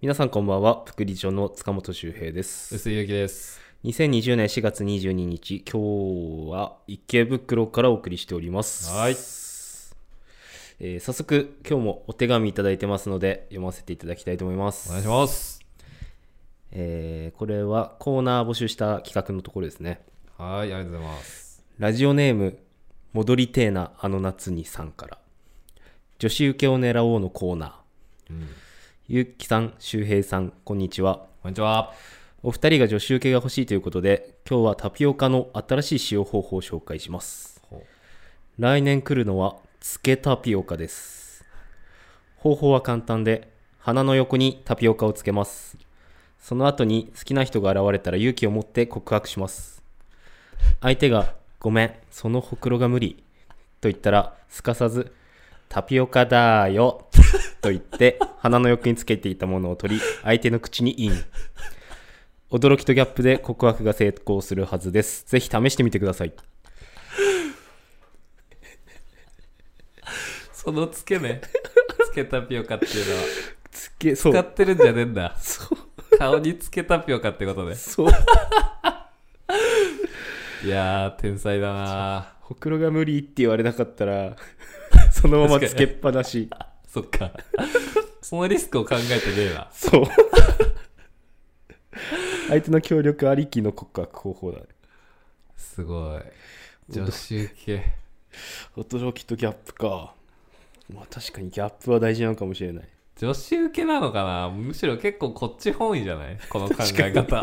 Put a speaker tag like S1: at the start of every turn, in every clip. S1: 皆さんこんばんは副理事長の塚本周平です
S2: 薄井ゆきです。
S1: 2020年4月22日今日は池袋からお送りしております
S2: はい
S1: えー早速今日もお手紙いただいてますので読ませていただきたいと思います
S2: お願いします。
S1: えーこれはコーナー募集した企画のところですね
S2: はい、ありがとうございます。
S1: ラジオネーム「戻りてえなあの夏に」さんから女子受けを狙おうのコーナー
S2: うん、
S1: ゆうきさん周平さんこんにちは
S2: こんにちは。
S1: お二人が女子受けが欲しいということで今日はタピオカの新しい使用方法を紹介します
S2: ほ
S1: 来年来るのはつけタピオカです方法は簡単で鼻の横にタピオカをつけますその後に好きな人が現れたら勇気を持って告白します相手が「ごめんそのほくろが無理」と言ったらすかさず「タピオカだーよ」と言って鼻の横につけていたものを取り相手の口にイン驚きとギャップで告白が成功するはずですぜひ試してみてください
S2: そのつけ ね。つけタピオカっていうのは、
S1: つけそ
S2: 使ってるんじゃねえんだ。
S1: そう
S2: 顔につけタピオカってことね。
S1: そう
S2: いやー、天才だな
S1: ほくろが無理って言われなかった らそのままつけっぱなし
S2: そっか。そのリスクを考えてねえな。
S1: そう 相手の協力ありきの告白方法だね
S2: すごい。女子受け。
S1: 驚きとギャップかまあ確かにギャップは大事なのかもしれない
S2: 女子受けなのかなむしろ結構こっち本位じゃないこの考え
S1: 確
S2: 方。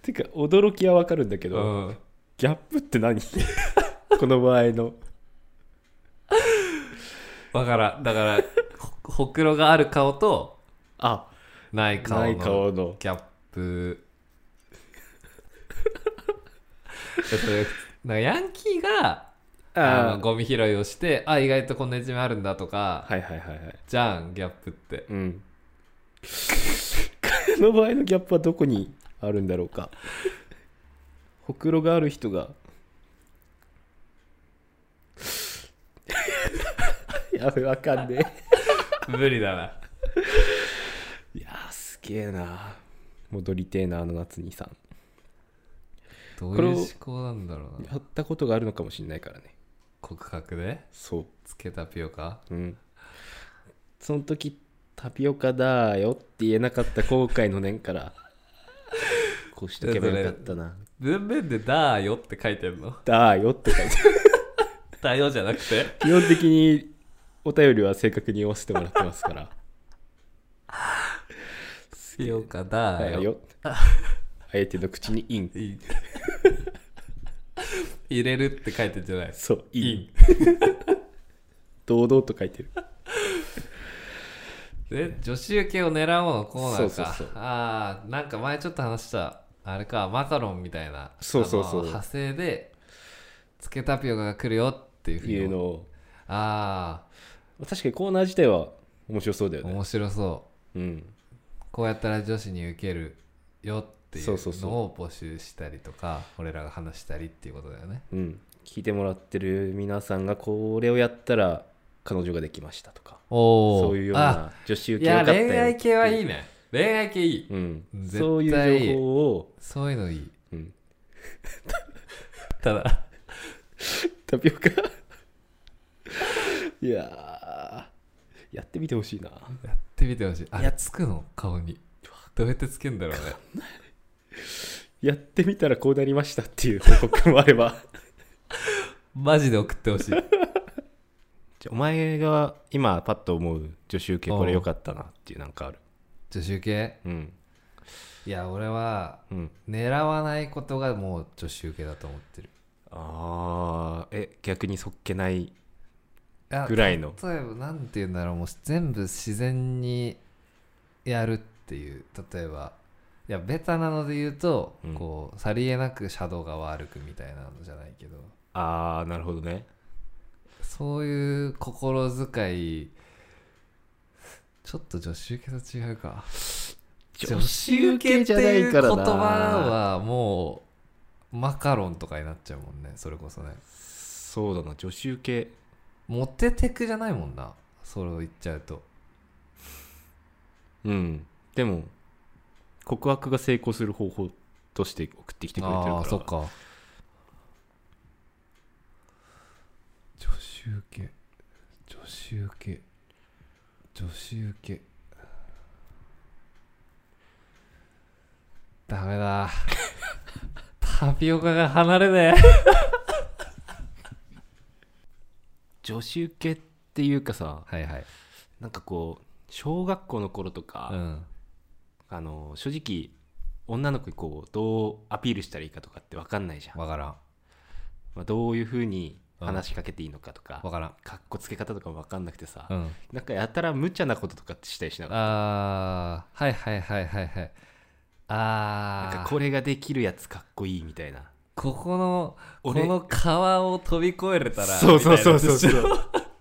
S1: てか驚きはわかるんだけ
S2: う
S1: ど、
S2: ん。
S1: ギャップって何 この場合の
S2: わからん。だから、ほほくろがある顔と、
S1: あ
S2: ない顔の。
S1: ない顔の
S2: ギャップ それなんかヤンキーがあの
S1: あ
S2: ゴミ拾いをしてあ意外とこんな一面あるんだとか、
S1: はいはいはいはい
S2: じゃんギャップって
S1: うん 彼の場合のギャップはどこにあるんだろうかほくろがある人 がやべわかんね
S2: 無理だな
S1: えいやーすげえな戻りてえなあの夏にさん
S2: どう
S1: こ
S2: い
S1: れ
S2: う
S1: を
S2: 思考なんだろうな
S1: やったことがあるのかもしれないからね
S2: 告白で
S1: そ
S2: つけたピオカ
S1: ううんその時タピオカだよって言えなかった後悔の念からこうしとけばよかった な
S2: 文面で「だーよ」って書いてんの
S1: だーよって書いてある
S2: だよじゃなくて
S1: 基本的にお便りは正確に読ませてもらってますから。
S2: ピオカだ
S1: は
S2: ー
S1: い
S2: よ
S1: よ。相手の口にイン。
S2: い い入れるって書いてんじゃない
S1: そう、イ
S2: イ
S1: ン
S2: ン。
S1: 堂々と書いてる。
S2: で女子受けを狙おうのコーナーか
S1: そうそうそう
S2: ああなんか前ちょっと話したあれかマカロンみたいな
S1: そうそうそう
S2: あの派生でつけタピオカが来るよっていうふうに
S1: いうのを。
S2: あ
S1: 確かにコーナー自体は面白そうだよ
S2: あ
S1: ね。
S2: 面白そ
S1: うん。
S2: うこうやったら女子に受けるよっていう
S1: そうそうそう
S2: のを募集したりとか俺らが話したりっていうことだよね
S1: うん。聞いてもらってる皆さんがこれをやったら彼女ができましたとか。
S2: おお
S1: そういうような女子受
S2: い
S1: けよか
S2: や
S1: ったよ。
S2: 恋愛系はいいね恋愛系いい、
S1: うん。
S2: 絶対
S1: そういう情報を、
S2: そういうのいい
S1: うん、
S2: ただ
S1: タピオカ いやーやってみてほしいな。
S2: やってみてほしいあ
S1: いや
S2: れつくの顔にどうやってつけんだろうね
S1: やってみたらこうなりましたっていう報告もあれば
S2: マジで送ってほしい。
S1: お前が今パッと思う女子受けこれ良かったなっていうなんかある
S2: 女子受け
S1: うん
S2: いや、俺は、
S1: うん
S2: 狙わないことがもう女子受けだと思ってる。
S1: あーえ逆にそっけない
S2: あ
S1: ぐらいの
S2: 例えば、なんて言うんだろう、もう全部自然にやるっていう、例えば、いや、ベタなので言うと、
S1: うん
S2: こう、さりげなくシャドウ側歩くみたいなのじゃないけど、
S1: あーなるほどね
S2: そういう心遣い、ちょっと女子受けと違うか。女子受けじゃないからな言葉はもうマカロンとかになっちゃうもんねそれこそね
S1: そうだな女子受け
S2: モテテクじゃないもんなそれを言っちゃうと
S1: うんでも告白が成功する方法として送ってきてくれてるから
S2: ああそっか女子受け女子受け女子受けダメだ タピオカが離れねえ
S1: 女子受けっていうかさ
S2: はいはい
S1: なんかこう小学校の頃とか、
S2: うん
S1: あの正直女の子にこうどうアピールしたらいいかとかって分かんないじゃん、
S2: わからん
S1: まあ、どういうふうに話しかけていいのかとか、
S2: わからん
S1: かっこつけ方とかも分かんなくてさ、
S2: うん
S1: なんかやたら無茶なこととかってしたりしながら
S2: あーはいはいはいはいはいあ
S1: なん
S2: ー
S1: かこれができるやつかっこいいみたいな
S2: ここのこ
S1: 俺
S2: の川を飛び越えれたら
S1: そうそうそうそう
S2: みたいな
S1: そう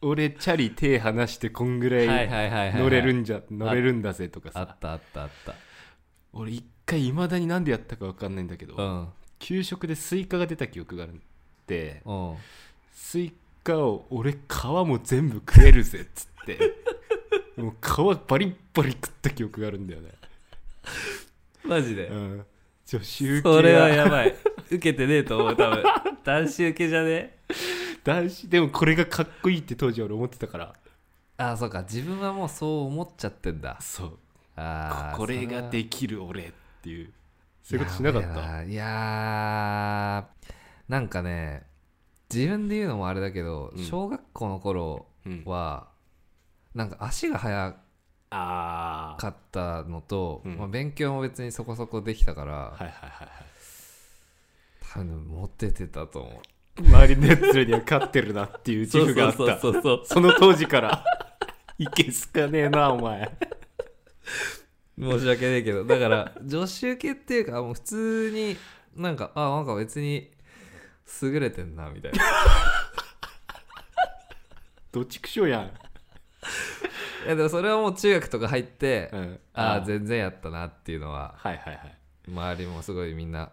S1: 俺チャリ手離してこんぐら
S2: はい
S1: い
S2: はいはいはいはい
S1: 乗れるんじゃ乗れるんだぜとか
S2: あ
S1: さ
S2: ったあったあった
S1: 俺一回いまだになんでやったか分かんないんだけど、
S2: うん
S1: 給食でスイカが出た記憶があるんで
S2: うん
S1: スイカを俺皮も全部食えるぜっつって もう皮バリッバリ食った記憶があるんだよね
S2: マジで
S1: うん女子受け
S2: それは
S1: は
S2: やばい受けてねえと思う多分男子受けじゃねえ
S1: 男子でもこれがかっこいいって当時俺思ってたから
S2: あーそうか自分はもうそう思っちゃってんだ
S1: そう
S2: あー
S1: これができる俺っていうそういうことしなか
S2: や
S1: った
S2: べえないやーなんかね自分で言うのもあれだけど、
S1: うん
S2: 小学校の頃
S1: うん
S2: は、なんか足が速
S1: ああ
S2: かったのと、
S1: うん
S2: まあ、勉強も別にそこそこできたから、
S1: はいはいはいはい
S2: 多分モテてたと思う
S1: 周りのやつらには勝ってるなっていう自負があった
S2: そうそうそうそう
S1: その当時からいけすかねえなお前
S2: 申し訳ねえけどだから女子受けっていうかもう普通になんかあなんか別に優れてんなみたい ない
S1: どっちくしょうやん、
S2: やでもそれはもう中学とか入って、
S1: うん、
S2: ああ全然やったなっていうのは
S1: はいはいはい
S2: 周りもすごいみんな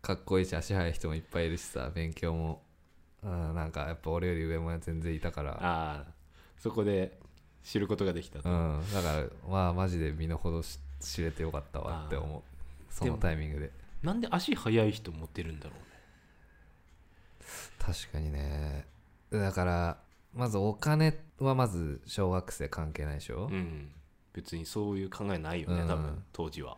S2: かっこいいし足速い人もいっぱいいるしさ勉強も、うん、なんかやっぱ俺より上も全然いたから、
S1: ああそこで知ることができた
S2: う、ん、だからまあマジで身の程し知れてよかったわって思うそのタイミングで
S1: なんで足速い人モテるんだろ
S2: 確かにねだからまずお金はまず小学生関係ないでしょ、
S1: うねうん別にそういう考えないよね、
S2: うん
S1: 多分当時は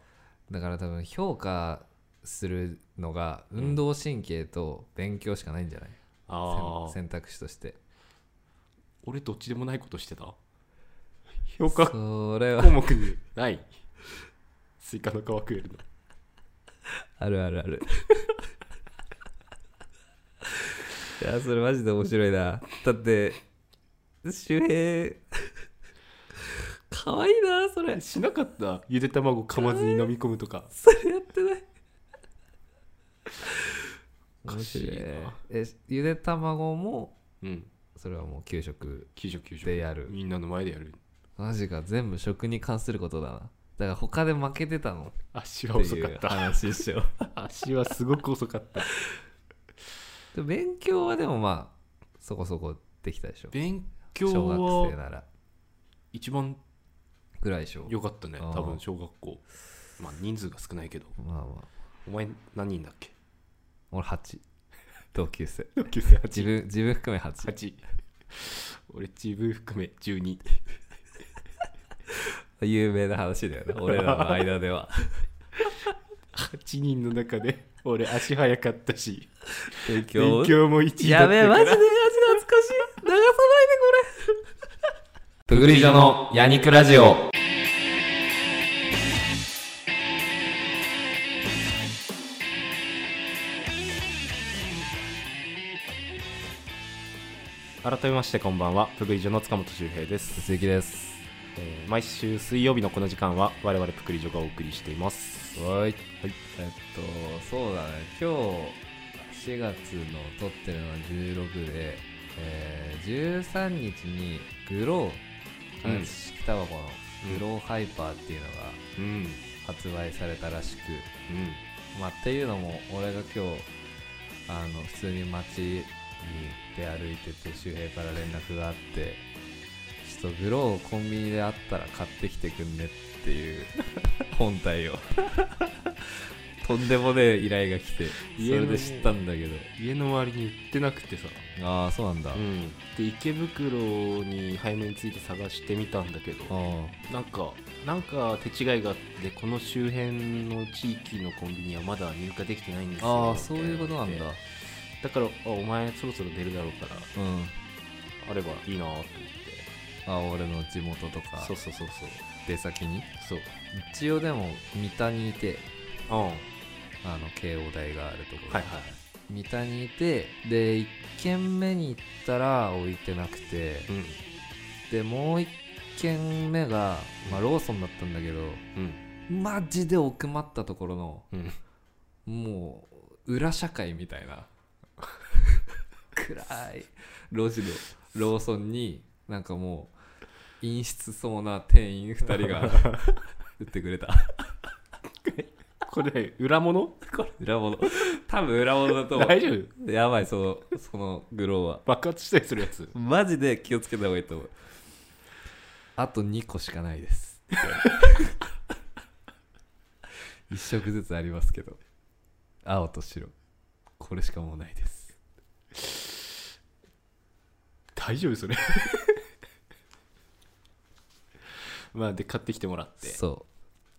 S2: だから多分評価するのが運動神経と勉強しかないんじゃない、
S1: ああ
S2: 選選択肢として
S1: 俺どっちでもないことしてた評価
S2: それは
S1: 項目にないスイカの皮食えるの
S2: あるあるある。 いや、それマジで面白いな。だって、周平、 かわいいな、それ。
S1: しなかったゆで卵噛まずに飲み込むとか
S2: それやってない。
S1: おかしいな
S2: え、ゆで卵も、
S1: うん
S2: それはもう給食
S1: 給食給食
S2: でやる。
S1: みんなの前でやる
S2: マジか、全部食に関することだな。だから他で負けてたの
S1: 足
S2: っ
S1: は
S2: て
S1: 遅
S2: い
S1: か
S2: う
S1: った
S2: 話でしょ。
S1: 足はすごく遅かった
S2: で勉強はでもまあ、そこそこできたでしょ。
S1: 勉
S2: 小
S1: 強
S2: 学生
S1: は
S2: なら。
S1: 一番
S2: ぐらいでしょ。
S1: 良かったね
S2: あー
S1: 多分小学校まあ人数が少ないけど
S2: まあまあ
S1: お前何人だっけ
S2: 俺8同 級生自
S1: 98
S2: 分自分含め8
S1: 8俺自分含め12
S2: 有名な話だよね俺らの間では
S1: 8人の中で俺足早かったし
S2: 勉
S1: 勉強も1位だ
S2: や
S1: っ
S2: べえ
S1: た
S2: マ
S1: か
S2: ジでマジ
S1: ら
S2: で懐かしい流さ ないでこれプグリジョのヤニクラジオ
S1: 改めましてこんばんはプグリジョの塚本周平です、
S2: 鈴木です
S1: えー毎週水曜日のこの時間は我々プグリジョがお送りしています
S2: はい、はい、えっとそうだね今日4月の撮ってるのは16で、えー、13日にグロー
S1: うん
S2: 鑑識タバコのグローハイパーっていうのが
S1: うんうん
S2: 発売されたらしく、まあ、っていうのも俺が今日あの普通に街に出歩いてて周平から連絡があってしとグローをコンビニであったら買ってきてくんねっていう 本体を とんでもねえ依頼が来てそれで知ったんだけど
S1: 家の周りに売ってなくてさ、
S2: ああそうなんだ、
S1: う
S2: あ
S1: ん、で池袋に背面について探してみたんだけど
S2: あ
S1: なんかなんか手違いがあってこの周辺の地域のコンビニはまだ入荷できてないんですよ
S2: ああそういうことなんだ
S1: だからあお前そろそろ出るだろうから
S2: うん
S1: あればいいなと思って
S2: あ俺の地元とか
S1: そうそうそうそう
S2: 出先に
S1: そう
S2: 一応でも三田にいて
S1: うんはい
S2: あの慶応大があるところ、
S1: はい
S2: 三田にいてで1軒目に行ったら置いてなくて
S1: うん
S2: でもう1軒目が、まあ、ローソンだったんだけど
S1: うん
S2: マジで奥まったところの
S1: うん
S2: もう裏社会みたいな 暗い路地のローソンになんかもう陰湿そうな店員2 人が打ってくれた
S1: これ裏物
S2: 裏物多分裏物だと思
S1: 大丈夫
S2: うやばいそのそのグローは
S1: 爆発したりするやつ
S2: マジで気をつけた方がいいと思うあと2個しかないです 一食ずつありますけど青と白これしかもうないです
S1: 大丈夫 それまあで買ってきてもらって
S2: そ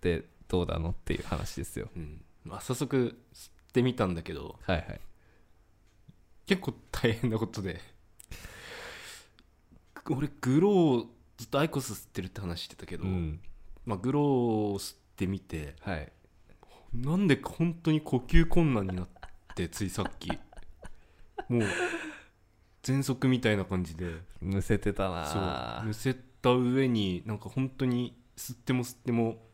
S2: うでどうなのっていう話ですよ
S1: うんまあ、早速吸ってみたんだけど
S2: はいはい
S1: 結構大変なことで 俺グローずっとアイコス吸ってるって話してたけど、
S2: うん
S1: まあ、グローを吸ってみて
S2: はい
S1: なんでか本当に呼吸困難になってついさっきもう喘息みたいな感じで
S2: むせてた
S1: そう
S2: な
S1: むせた上になんか本当に吸っても吸っても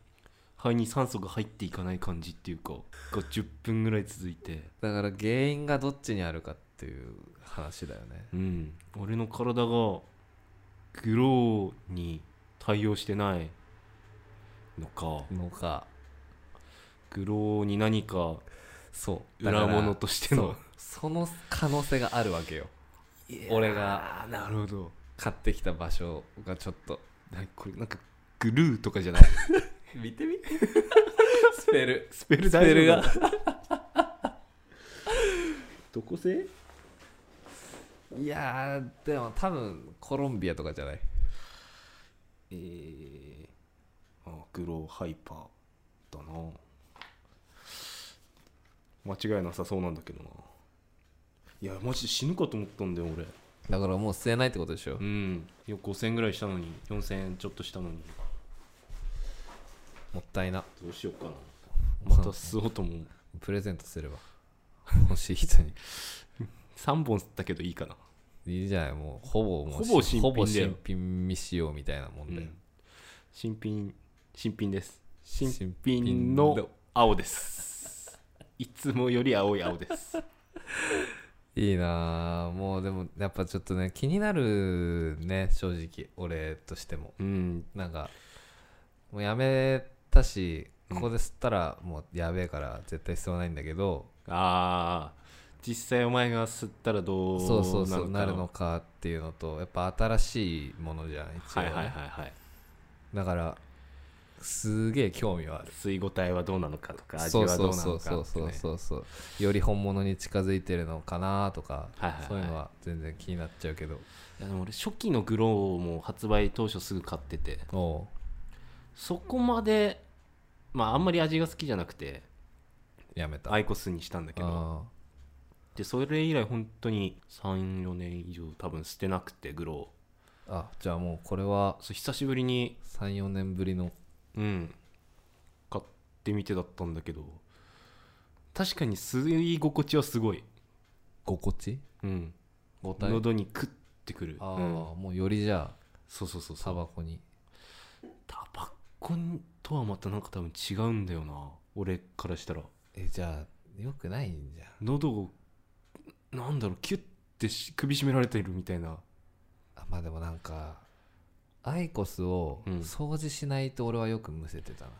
S1: 肺に酸素が入っていかない感じっていうかが10分ぐらい続いて。
S2: だから原因がどっちにあるかっていう話だよね
S1: うん、俺の体がグローに対応してないのか
S2: のか
S1: グローに何か
S2: そうだから
S1: 裏物としての
S2: そうその可能性があるわけよ俺が
S1: なるほど
S2: 買ってきた場所がちょっと
S1: なこれなんかグルーとかじゃない
S2: 見 てみスペル
S1: スペル
S2: 大丈 夫
S1: スペルがどこ製
S2: いやーでも多分コロンビアとかじゃない
S1: えー、あグローハイパーだな間違いなさそうなんだけどないやマジで死ぬかと思ったんだよ俺
S2: だからもう吸えないってことでしょ
S1: うんよく5000円ぐらいしたのに4000円ちょっとしたのに
S2: もったいな
S1: どうしようかなまた吸おうと思う
S2: プレゼントすれば 欲しい人に
S1: 3本吸ったけどいいかない
S2: いじゃないもうほぼも
S1: ほ
S2: う
S1: ぼ新品だよ
S2: ほぼ新品未使用みたいなもんだよ、
S1: うん新品新品です新
S2: 新
S1: 品
S2: 品
S1: の
S2: の
S1: 青ですいつもより青い青です
S2: いいなあもうでもやっぱちょっとね気になるね正直俺としても
S1: うん
S2: なんかもうやめたし
S1: うん
S2: ここで吸ったらもうやべえから絶対必要ないんだけど、
S1: あー実際お前が吸ったらどう
S2: そうそうそう
S1: な
S2: な
S1: る
S2: る
S1: の
S2: の
S1: か
S2: かっていうのとやっぱ新しいものじゃん一応
S1: は
S2: ね、
S1: いはいはいはい
S2: だからすげえ興味はある
S1: 吸い応えはどうなのかとか味
S2: そう
S1: はど
S2: そうう
S1: な
S2: そ
S1: のか
S2: うそう
S1: って
S2: そう
S1: ね
S2: そうそうより本物に近づいてるのかなとか、
S1: はいはいはい
S2: そういうのは全然気になっちゃうけど
S1: いやでも俺初期のグローも発売当初すぐ買ってて
S2: おう
S1: そこまでまああんまり味が好きじゃなくて
S2: やめた
S1: アイコスにしたんだけど
S2: あ
S1: でそれ以来本当に34年以上多分捨てなくてグロ
S2: ーあじゃあもうこれは
S1: ーそう久しぶりに
S2: 34年ぶりの
S1: うん買ってみてだったんだけど確かに吸い心地はすごい
S2: 心地
S1: うん
S2: 五体
S1: 喉にクッてくる
S2: ああ、
S1: うん
S2: もうよりじゃあ
S1: そうそうそうそ
S2: タ
S1: う
S2: バコに
S1: タバコとはまたなんか多分違うんだよな俺からしたら
S2: えじゃあよくないんじゃん
S1: 喉をなんだろうキュッてし首絞められてるみたいな
S2: あまあでもなんかアイコスを
S1: うん
S2: 掃除しないと俺はよくむせてたな、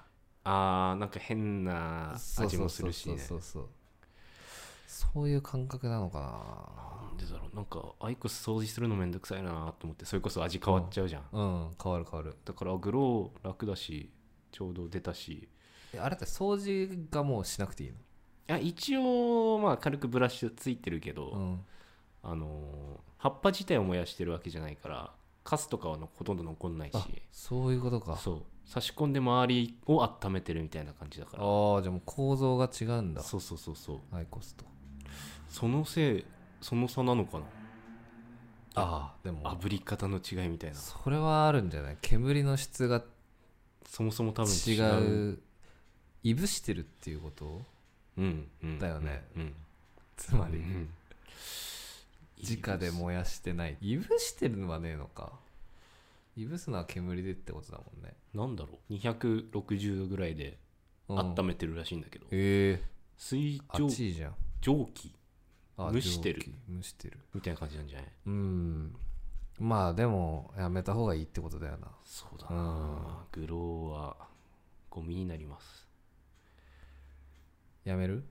S1: あーなんか変な
S2: そう
S1: 味もするしね
S2: そうそうそうそういう感覚なのか
S1: なんでだろうなんかアイコス掃除するのめんどくさいなと思ってそれこそ味変わっちゃうじゃん、
S2: なうん変わる変わる
S1: だからグロー楽だしちょうど出たし
S2: えあれって掃除がもうしなくていいの
S1: いや一応まあ軽くブラシついてるけど、
S2: うん
S1: あのー葉っぱ自体を燃やしてるわけじゃないからカスとかはのほとんど残んない
S2: あ
S1: し
S2: そういうことか
S1: そう差し込んで周りを温めてるみたいな感じだから
S2: ああじゃあもう構造が違うんだ
S1: そうそうそうそう
S2: アイコスと
S1: そのせいその差なのかな
S2: ああでも
S1: 炙り方の違いみたいな
S2: それはあるんじゃない煙の質が
S1: そもそも多分
S2: 違
S1: 違う
S2: ういぶしてるっていうこと
S1: うんうん
S2: だよね
S1: うん
S2: つまり、
S1: うん
S2: 直で燃やしてないいぶしてるのはねえのかいぶすのは煙でってことだもんね、
S1: なんだろう260度ぐらいで
S2: うん
S1: 温めてるらしいんだけど、
S2: ええ
S1: 水
S2: あっ
S1: 蒸
S2: ちいじゃん
S1: 蒸気
S2: あ
S1: 蒸してる
S2: 蒸気蒸してる
S1: みたいな感じなんじゃない
S2: うんまあでもやめた方がいいってことだよな
S1: そう
S2: う
S1: だ
S2: ん
S1: グローはゴミになります
S2: やめる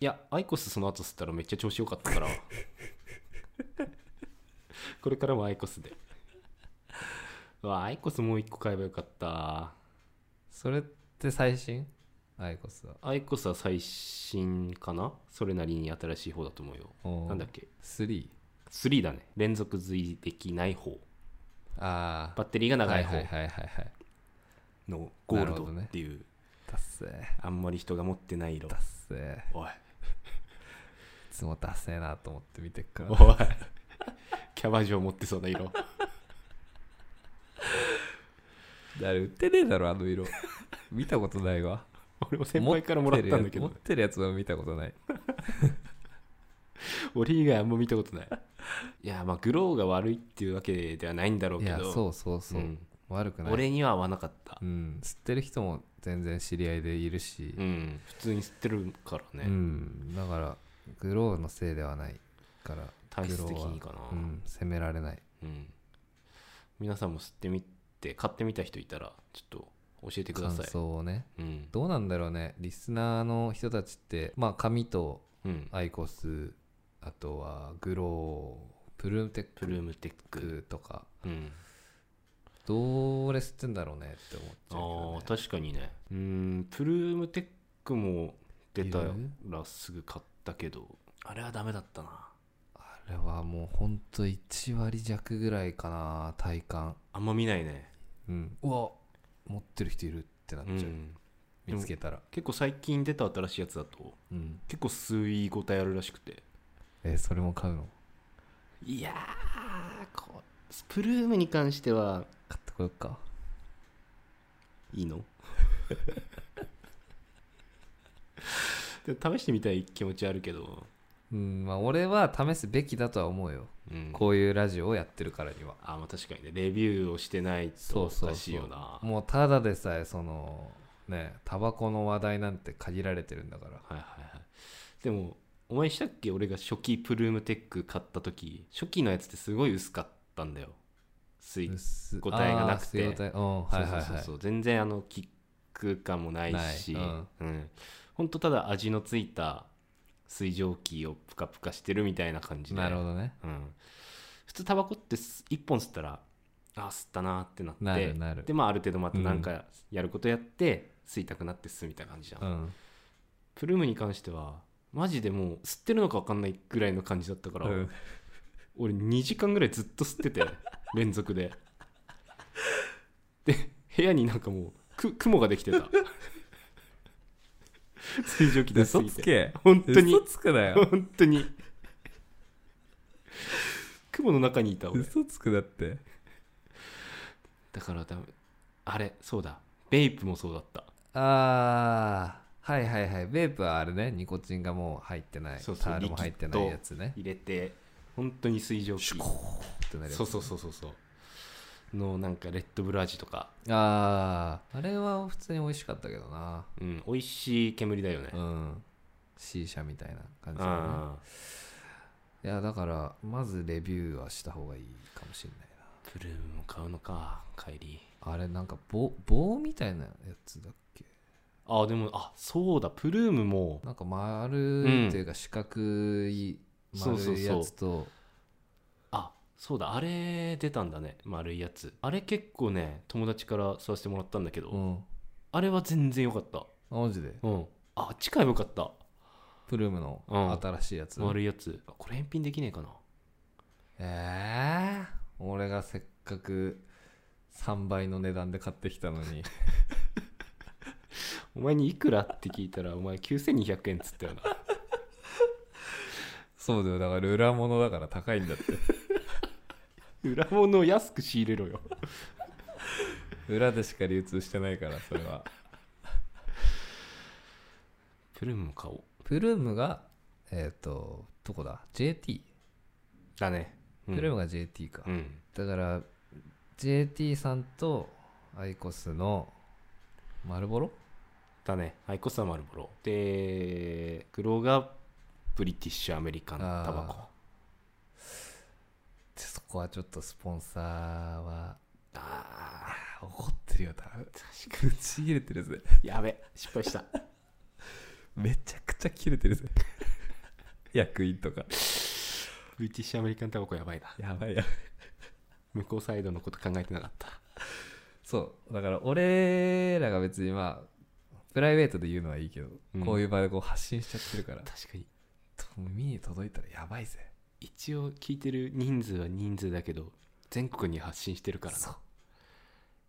S1: いやアイコスその後吸ったらめっちゃ調子良かったから これからもアイコスでうわアイコスもう一個買えばよかった
S2: それって最新アイコスは
S1: アイコスは最新かなそれなりに新しい方だと思うよ
S2: おー
S1: なんだっけ
S2: 3?
S1: 3だね連続随できない方
S2: ああ
S1: バッテリーが長い
S2: は
S1: 方
S2: いはいはいはい
S1: のゴール
S2: なる
S1: ド
S2: ほどね
S1: っていう、
S2: ダッセー
S1: あんまり人が持ってない色
S2: ダッセーい
S1: おい
S2: つもダッセーなと思って見てっから
S1: おい キャバ嬢持ってそうな色
S2: であれ売ってねえだろあの 色見たことないわ
S1: 俺も先輩からもらったんだけ
S2: 持っ
S1: ど
S2: てるやつは見たことない
S1: 俺以外あんま見たことないいやまあグローが悪いっていうわけではないんだろう
S2: い
S1: け
S2: や
S1: ど
S2: そうそうそう、
S1: うん
S2: 悪くない
S1: 俺には合わなかった
S2: うん知ってる人も全然知り合いでいるし
S1: うん、普通に吸ってるからね、
S2: うんだからグローのせいではないから
S1: 体質的
S2: グローは
S1: にかな
S2: うん、責められない
S1: うん皆さんも吸ってみて買ってみた人いたらちょっと教えてくだ
S2: 感
S1: さい
S2: 想をね
S1: うん
S2: どうなんだろうねリスナーの人たちってまあ紙と
S1: うん
S2: アイコスあとはグロープルームテッ
S1: プルームテック、
S2: クとか
S1: うん、
S2: どれ吸ってんだろうねって思っちゃうけ
S1: あ
S2: ど、ね、
S1: ー確かにねうんプルームテックも出たらすぐ買ったけどあれはダメだったな
S2: あれはもうほんと1割弱ぐらいかな体感
S1: あんま見ないね、
S2: うんうわ持ってる人いるってなっち
S1: う
S2: ゃう、
S1: ん、
S2: 見つけたら
S1: 結構最近出た新しいやつだと
S2: うん
S1: 結構吸い応えあるらしくて
S2: えそれも買うの
S1: いやーこプルームに関しては
S2: 買ってこようか
S1: いいの でも試してみたい気持ちはあるけど、
S2: うんまあ俺は試すべきだとは思うよ、
S1: うん、
S2: こういうラジオをやってるからには
S1: あまあ確かにねレビューをしてないと
S2: そう
S1: お
S2: そうそう
S1: かしいよな
S2: もうただでさえそのねタバコの話題なんて限られてるんだから
S1: はいはいはいでもお前したっけ俺が初期プルームテック買った時初期のやつってすごい薄かったんだよ吸い
S2: 薄
S1: 答えがなくて
S2: あー吸い答えうんはいはいはい
S1: そうそうそう全然あのキック感もないし
S2: ないうん
S1: うん、ほんとただ味のついた水蒸気をプカプカしてるみたいな感じで
S2: なるほどね
S1: うん、普通タバコってす一本吸ったらあ吸ったなーってなって
S2: なるなる
S1: でまあある程度また何かやることやって、吸いたくなって吸うみたいな感じじゃん、
S2: うん
S1: プルームに関してはマジでもう吸ってるのか分かんないぐらいの感じだったから、
S2: うん
S1: 俺2時間ぐらいずっと吸って て連続でで部屋になんかもうく雲ができて た水蒸気出しす
S2: 嘘
S1: ぎ
S2: つ
S1: て
S2: け
S1: 本当に
S2: 嘘つくなよ
S1: 本当に雲の中にいた俺
S2: 嘘つくだって
S1: だから多分あれそうだベイプもそうだった
S2: ああはいはいはいベープはあれねニコチンがもう入ってない
S1: そうそう
S2: タールも入ってないやつね
S1: 入れて本当に水蒸気
S2: シュコーってなるやつ
S1: そうそうそうそうそうのなんかレッドブル味とか、
S2: あああれは普通に美味しかったけどな
S1: うん、美味しい煙だよね、
S2: うん C 社みたいな感じだね
S1: ああ
S2: いやだからまずレビューはした方がいいかもしれない
S1: ブルームも買うのか帰り
S2: なあれなんか棒棒みたいなやつだっけ
S1: あでもあそうだプルームも
S2: なんか丸っていうか四角い
S1: そうそうそう
S2: 丸いやつと、
S1: あそうだあれ出たんだね丸いやつあれ結構ね友達から吸わせてもらったんだけど、
S2: うん
S1: あれは全然良かった
S2: あマジで
S1: うんああっちかよかった
S2: プルームの
S1: うん
S2: 新しいやつ、
S1: 丸いやつあこれ返品できねえかな
S2: ええ俺がせっかく3倍の値段で買ってきたのに
S1: お前にいくらって聞いたらお前9200円っつったよな
S2: そうだよだから裏物だから高いんだって
S1: 裏物を安く仕入れろよ
S2: 裏でしか流通してないからそれは
S1: プルームも買おう
S2: プルームがえっ、とどこだ JT
S1: だね
S2: プルーム
S1: ム
S2: が JT か、
S1: うん
S2: だから JT さんとアイコスのマルボロ
S1: だねアイコスはマルボロで黒がブリティッシュアメリカン
S2: あー
S1: タバコ
S2: ちょそこはちょっとスポンサーは
S1: あ
S2: あー怒ってるよ多分確かにちぎれてるぜ
S1: ーやべ失敗した
S2: めちゃくちゃ切れてるぜ 役員とか
S1: ブリティッシュアメリカンタバコやばいな
S2: やばいやばい
S1: 向こうサイドのこと考えてなかった
S2: そうだから俺らが別にまあプライベートで言うのはいいけど、
S1: うん
S2: こういう場でこう発信しちゃってるから
S1: 確かに
S2: 耳に届いたらやばいぜ
S1: 一応聞いてる人数は人数だけど全国に発信してるからな
S2: そう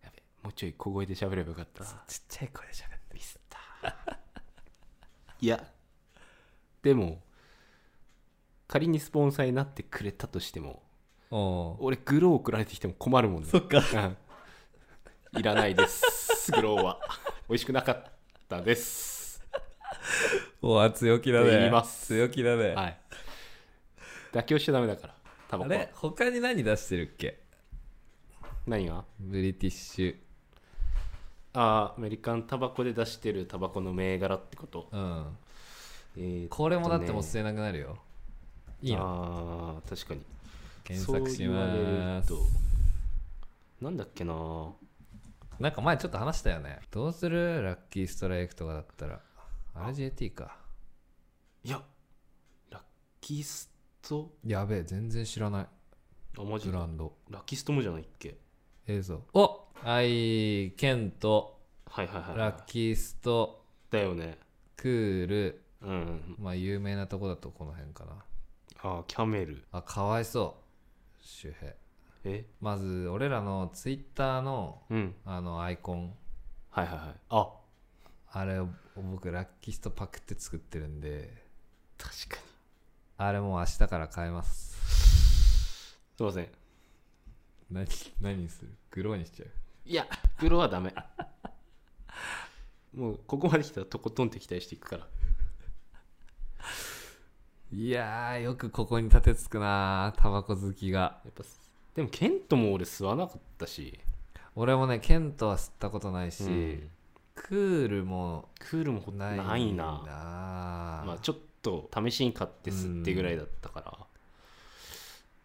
S1: やべもうちょい小声で喋ればよかった
S2: そう
S1: な
S2: ちっちゃい声で喋ってミスった
S1: いやでも仮にスポンサーになってくれたとしても
S2: お
S1: 俺グロー送られてきても困るもんね
S2: そっか
S1: うんいらないですグローは美味しくなかったです
S2: おお強気だね
S1: 言います
S2: 強気だね、
S1: はい妥協しちゃダメだからタバ
S2: あ
S1: コは
S2: れ他に何出してるっけ
S1: 何が
S2: ブリティッシ
S1: あーアメリカンタバコで出してるタバコの銘柄ってこと、
S2: ュうん
S1: えー
S2: これもだってもう吸えなくなるよいいの
S1: のあー確かに
S2: 検索しま
S1: そう
S2: す
S1: 言われるとなんだっけな
S2: なんか前ちょっと話したよねどうするラッキーストライクとかだったらあれ JT か
S1: いやラッキースト
S2: やべえ全然知らない
S1: あマジ
S2: ブ
S1: ラ
S2: ランド
S1: ラッキーストもじゃないっけ
S2: 映像おはいケント
S1: はいはいはい、
S2: ラッキースト
S1: だよね
S2: クール
S1: うん
S2: まあ有名なとこだとこの辺かな
S1: あーキャメル
S2: あかわいそう周平
S1: え
S2: まず俺らのツイッターの
S1: うん
S2: あのアイコン
S1: はいはいはいあ
S2: あれを僕ラッキーストパクって作ってるんで
S1: 確かに
S2: あれもう明日から買えます
S1: すいません
S2: 何何するグローにしちゃう
S1: いやグロはダ メもうここまで来たらとことん敵対していくから
S2: いやーよくここに立てつくなータバコ好きが
S1: やっぱでもケントも俺吸わなかったし、
S2: 俺もねケントは吸ったことないし、
S1: うん
S2: クールも
S1: クールもほ
S2: ない
S1: ないな
S2: な
S1: まあ、ちょっと試しに買って吸ってぐらいだったから、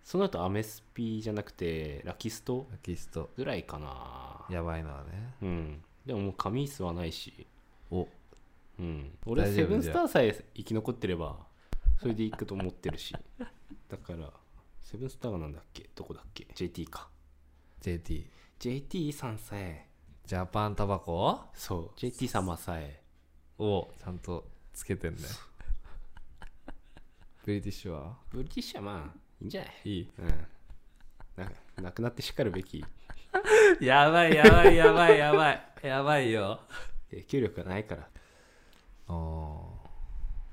S1: その後アメスピじゃなくてラキスト
S2: ラッキースト
S1: ぐらいかな
S2: やばいのはね
S1: うんでももう紙吸わないし、
S2: お
S1: うん、俺
S2: 大
S1: セ
S2: 丈夫
S1: ブンスターさえ生き残ってればそれでいくと思ってるし だからセブンスターがなんだっけどこだっけ JT か
S2: JT
S1: JT さんさえ
S2: ジャパンタバコ
S1: そう JT 様さえ
S2: をちゃんとつけ てんねブリティッシュは
S1: ブリティッシュはまあいいんじゃない
S2: いい
S1: うんななくなってしかるべき
S2: やばいやばいやばいやばいやばいよ
S1: 影響力がないから
S2: あー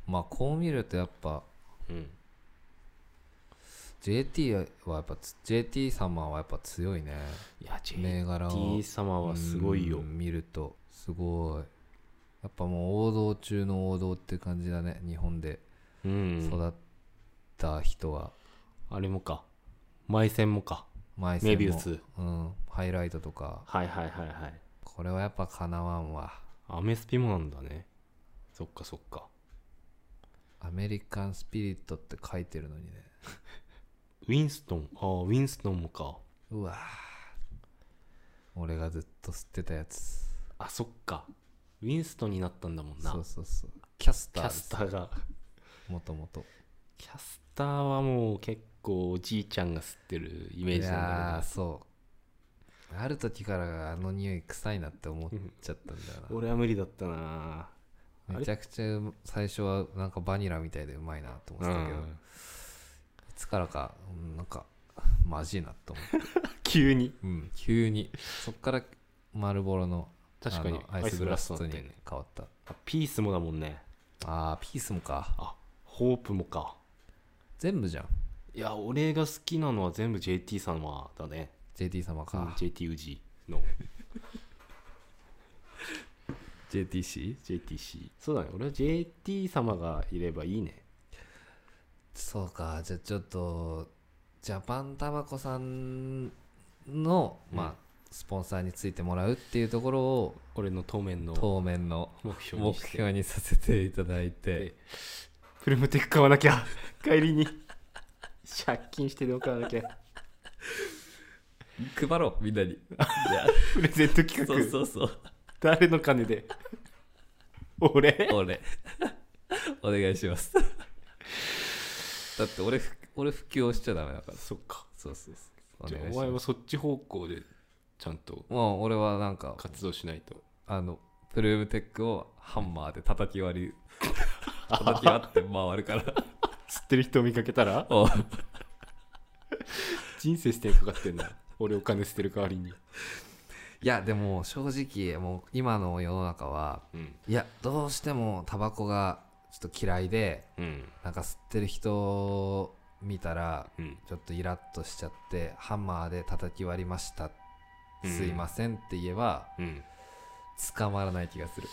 S2: まあこう見るとやっぱ
S1: うん、
S2: JT はやっぱつ JT 様はやっぱ強いね
S1: いや
S2: 銘柄を
S1: JT 様はすごいよ
S2: うん見るとすごいやっぱもう王道中の王道って感じだね日本で
S1: うん
S2: 育った人は
S1: あれもか前線もか
S2: 前線も
S1: メビウス
S2: うんハイライトとか
S1: はいはいはいはい
S2: これはやっぱかなわんわ
S1: アメスピもなんだねそっかそっか
S2: アメリカンスピリットって書いてるのにね
S1: ウィンストンああウィンストンもか
S2: うわー俺がずっと吸ってたやつ
S1: あそっかウウィンストンになったんだもんな
S2: そうそうそうキャス
S1: キ
S2: タ
S1: ャ
S2: ーで
S1: ス
S2: す
S1: ターが
S2: もともと
S1: キャスターはもう結構おじいちゃんが吸ってるイメージ
S2: いや
S1: なんだ
S2: ーそうある時からあの匂い臭いなって思っちゃったんだよ
S1: けど俺は無理だったな
S2: な
S1: あれ
S2: めちゃくちゃ最初はなんかバニラみたいでうまいなと思ってたけど、
S1: う
S2: い
S1: ん
S2: つからかうんなんかマジいなと思って、
S1: 急に
S2: うん、急にそっから丸ボロの
S1: 確かに
S2: あのアイスブラスト
S1: アイスブラストだっ
S2: に
S1: たよ
S2: 変
S1: ね
S2: わった
S1: あピースもだもんね
S2: あーピースもか
S1: あホープもか
S2: 全部じゃん
S1: いや俺が好きなのは全部 JT 様だね
S2: JT 様
S1: うん
S2: か、
S1: JT 宇治 の
S2: JTC?
S1: JTC そうだね俺は JT 様がいればいいね
S2: そうかじゃあちょっとジャパンタバコさんの、
S1: うん
S2: まあスポンサーについてもらうっていうところを
S1: 俺の当面の
S2: 当面の
S1: 目標
S2: 目
S1: にして
S2: 標にさせていただいて
S1: でプルムテック買わなきゃ帰りに借金してでも買わなきゃ
S2: 配ろうみんな に
S1: プレゼント企画
S2: そうそうそう
S1: 誰の金 で俺
S2: 俺 お願いしますだって俺ふ俺普及をしちゃダメだから
S1: そっか
S2: そうそうそうお
S1: じゃあ
S2: 願い
S1: お
S2: し
S1: 前
S2: ま
S1: は
S2: す
S1: そっち方向でちゃんと
S2: もう俺はなんか
S1: 活動しない と
S2: あのプルームテックをハンマーで叩き 割り叩き割って回る から
S1: 吸ってる人を見かけたら
S2: お
S1: 人生捨てにかかってん な俺お金捨てる代わりに
S2: いやでも正直もう今の世の中は
S1: うん
S2: いやどうしてもタバコがちょっと嫌いで
S1: うん
S2: なんか吸ってる人を見たら
S1: うん
S2: ちょっとイラッとしちゃってハンマーで叩き割りましたすいませんって言えば
S1: うん
S2: 捕まらない気がする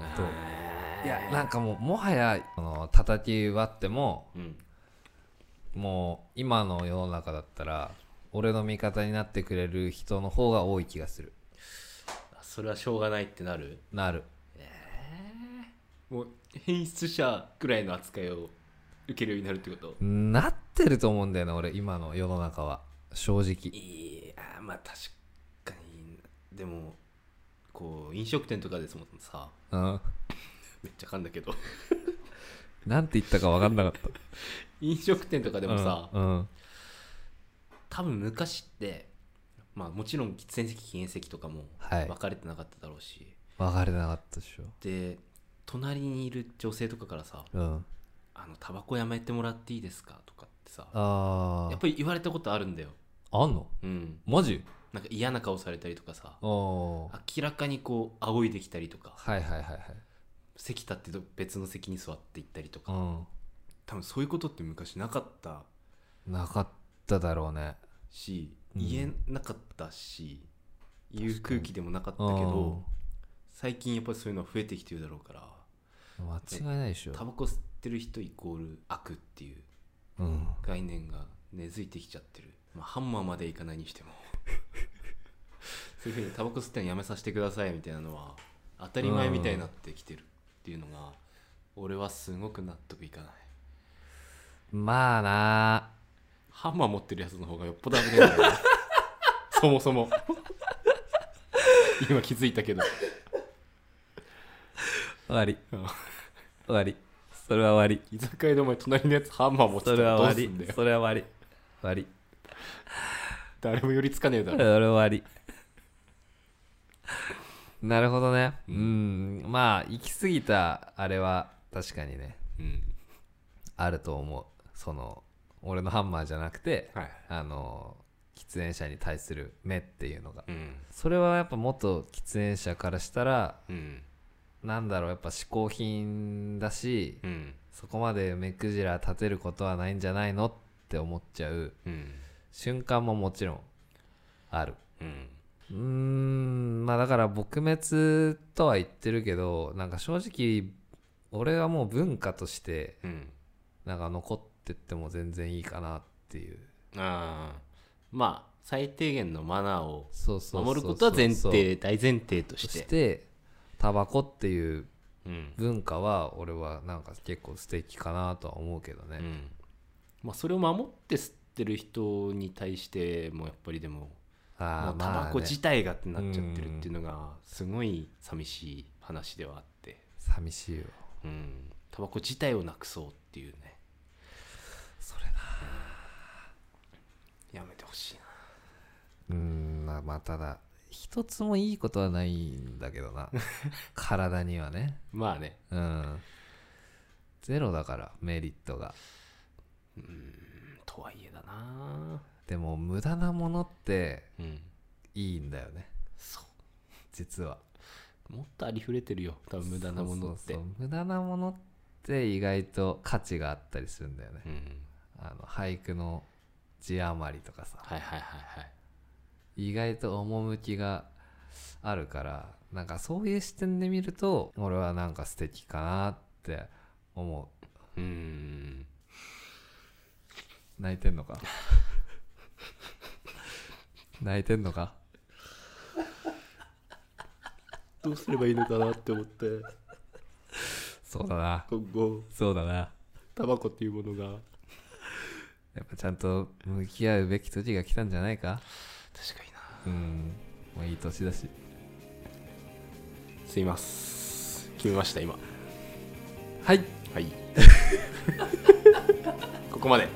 S1: あ
S2: どう
S1: ー
S2: いやなんかもうもはやあの叩き割っても
S1: うん
S2: もう今の世の中だったら俺の味方になってくれる人の方が多い気がする
S1: あそれはしょうがないってなる
S2: なる
S1: もう変質者くらいの扱いを受けるようになるってこと
S2: なってると思うんだよね俺今の世の中は正直
S1: いやまあ確かにでもこう飲食店とかですもんさ
S2: うん
S1: めっちゃ噛んだけど
S2: なんて言ったか分かんなか った
S1: 飲食店とかでもさ、
S2: うんうん
S1: 多分昔ってまあもちろん喫煙席禁煙席とかも
S2: はい
S1: 分かれてなかっただろうし、
S2: 分かれなかったでしょ
S1: で隣にいる女性とかからさ
S2: うん
S1: 「あのタバコやめてもらっていいですか?」とかってさ
S2: あ
S1: やっ
S2: ー
S1: ぱり言われたことあるんだよ
S2: あんの
S1: うん
S2: マジ
S1: なんか嫌な顔されたりとかさ
S2: おー
S1: 明らかにこう仰いできたりとか
S2: はいはいはいはい
S1: 席立って別の席に座っていったりとか
S2: う
S1: 多分そういうことって昔なかった
S2: んなかっただろうね
S1: し
S2: うん
S1: 言えなかったし、言う
S2: 確かに
S1: 空気でもなかったけど最近やっぱりそういうのは増えてきてるだろうから
S2: うん間違いないでしょ
S1: タバコ吸ってる人イコール悪っていう
S2: うん
S1: 概念が根付いてきちゃってる、まあ、ハンマーまでいかないにして もそういうふうにタバコ吸ってのやめさせてくださいみたいなのは当たり前みたいになってきてるっていうのが俺はすごく納得いかない
S2: まあな
S1: ハンマー持ってるやつの方がよっぽど危ないんだよ ねそもそも今気づいたけど
S2: 終わり
S1: うん
S2: 終わりそれは終わ
S1: 居酒屋でお前隣のやつハンマー持っ
S2: り
S1: てた
S2: それは
S1: らどう
S2: 終
S1: す
S2: わ
S1: んだ
S2: り
S1: よ
S2: それは終わり終わり
S1: 誰も寄りつかねえだ
S2: 俺
S1: ろ
S2: 終わりなるほどね
S1: う
S2: うんん、まあ行き過ぎたあれは確かにね
S1: うん
S2: あると思うその俺のハンマーじゃなくて
S1: はい
S2: あの喫煙者に対する目っていうのが
S1: うん
S2: それはやっぱ元喫煙者からしたら
S1: うん
S2: なんだろうやっぱ嗜好品だし
S1: うん
S2: そこまで目くじら立てることはないんじゃないのって思っちゃう
S1: うん
S2: 瞬間ももちろんある
S1: うん
S2: うーんまあだから撲滅とは言ってるけどなんか正直俺はもう文化として
S1: うん
S2: なんか残ってっても全然いいかなっていう
S1: ああまあ最低限のマナーを
S2: そうそうそうそう
S1: 守ることは前提大前提とし
S2: そ
S1: て
S2: してタバコっていう
S1: うん、
S2: 文化は俺はなんか結構素敵かなとは思うけど
S1: う
S2: ね、
S1: んまあ、それを守って吸ってる人に対してもやっぱりでも
S2: あ
S1: も
S2: あ
S1: うタ
S2: まあ
S1: バコ
S2: ね
S1: 自体がってなっちゃってるっていうのがすごい寂しい話ではあって、
S2: 寂しいよ
S1: うん、タバコ自体をなくそうっていうね
S2: それな
S1: やめてほしいな
S2: うーんまあまあただ一つもいいことはないんだけど な体にはね
S1: まあね
S2: うんゼロだからメリットが
S1: うんとはいえだな
S2: でも無駄なものって
S1: うん
S2: いいんだよね
S1: そ
S2: 実は
S1: うもっとありふれてるよ多分無駄なものって
S2: そうそうそう無駄なものって意外と価値があったりするんだよね、
S1: うん
S2: あの俳句の字余りとかさ
S1: はいはいはいはい
S2: 意外と趣があるからなんかそういう視点で見ると俺はなんか素敵かなって思
S1: うん
S2: う泣いてん のか泣いてんのか
S1: どうすればいいのかなって思って
S2: そうだな
S1: 今後
S2: そうだな
S1: タバコっていうものが
S2: やっぱちゃんと向き合うべき時が来たんじゃないか
S1: 確かにな
S2: うんもういい年だし
S1: すいます決めました今
S2: はい
S1: はい ここまで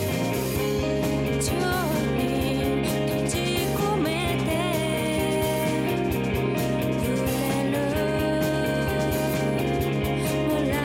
S3: 「蝶に閉じ込めて」「揺れるもら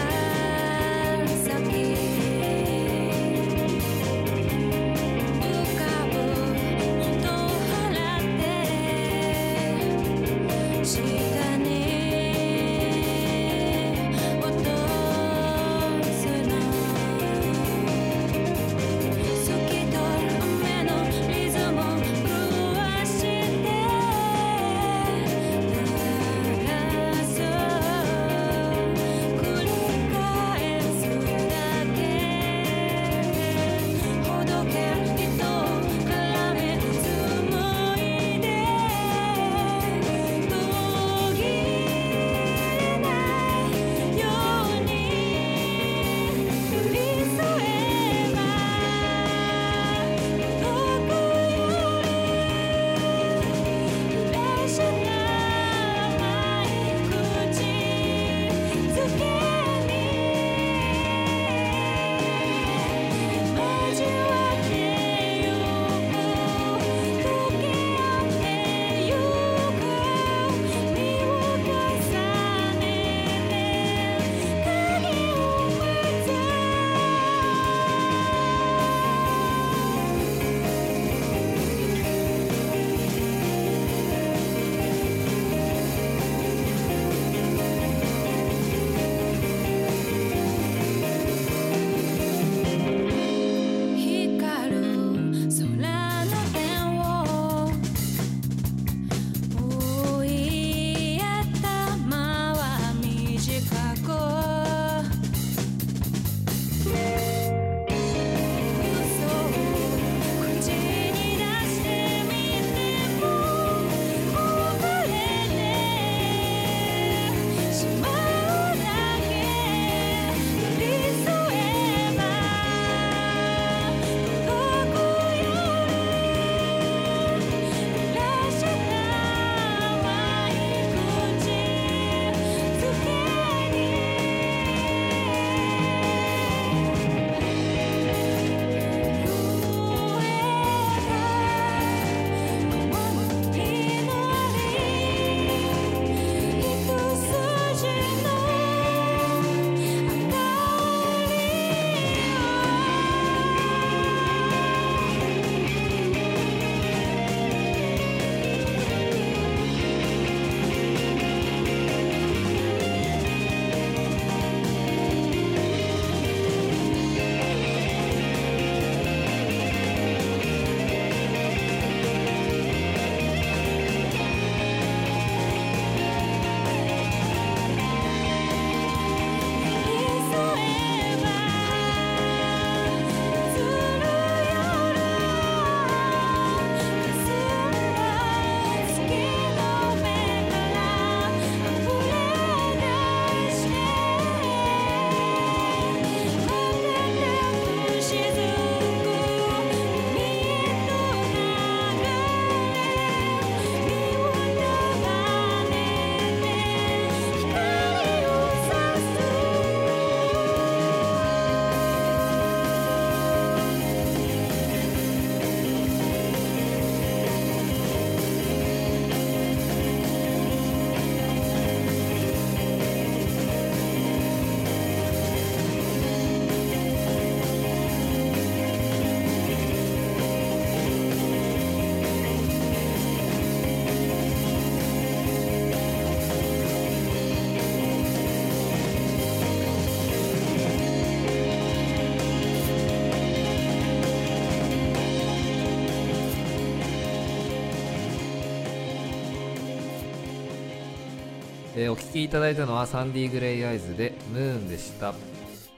S2: えーお聴きいただいたのはサンディ・グレイ・アイズで「ムーン」でした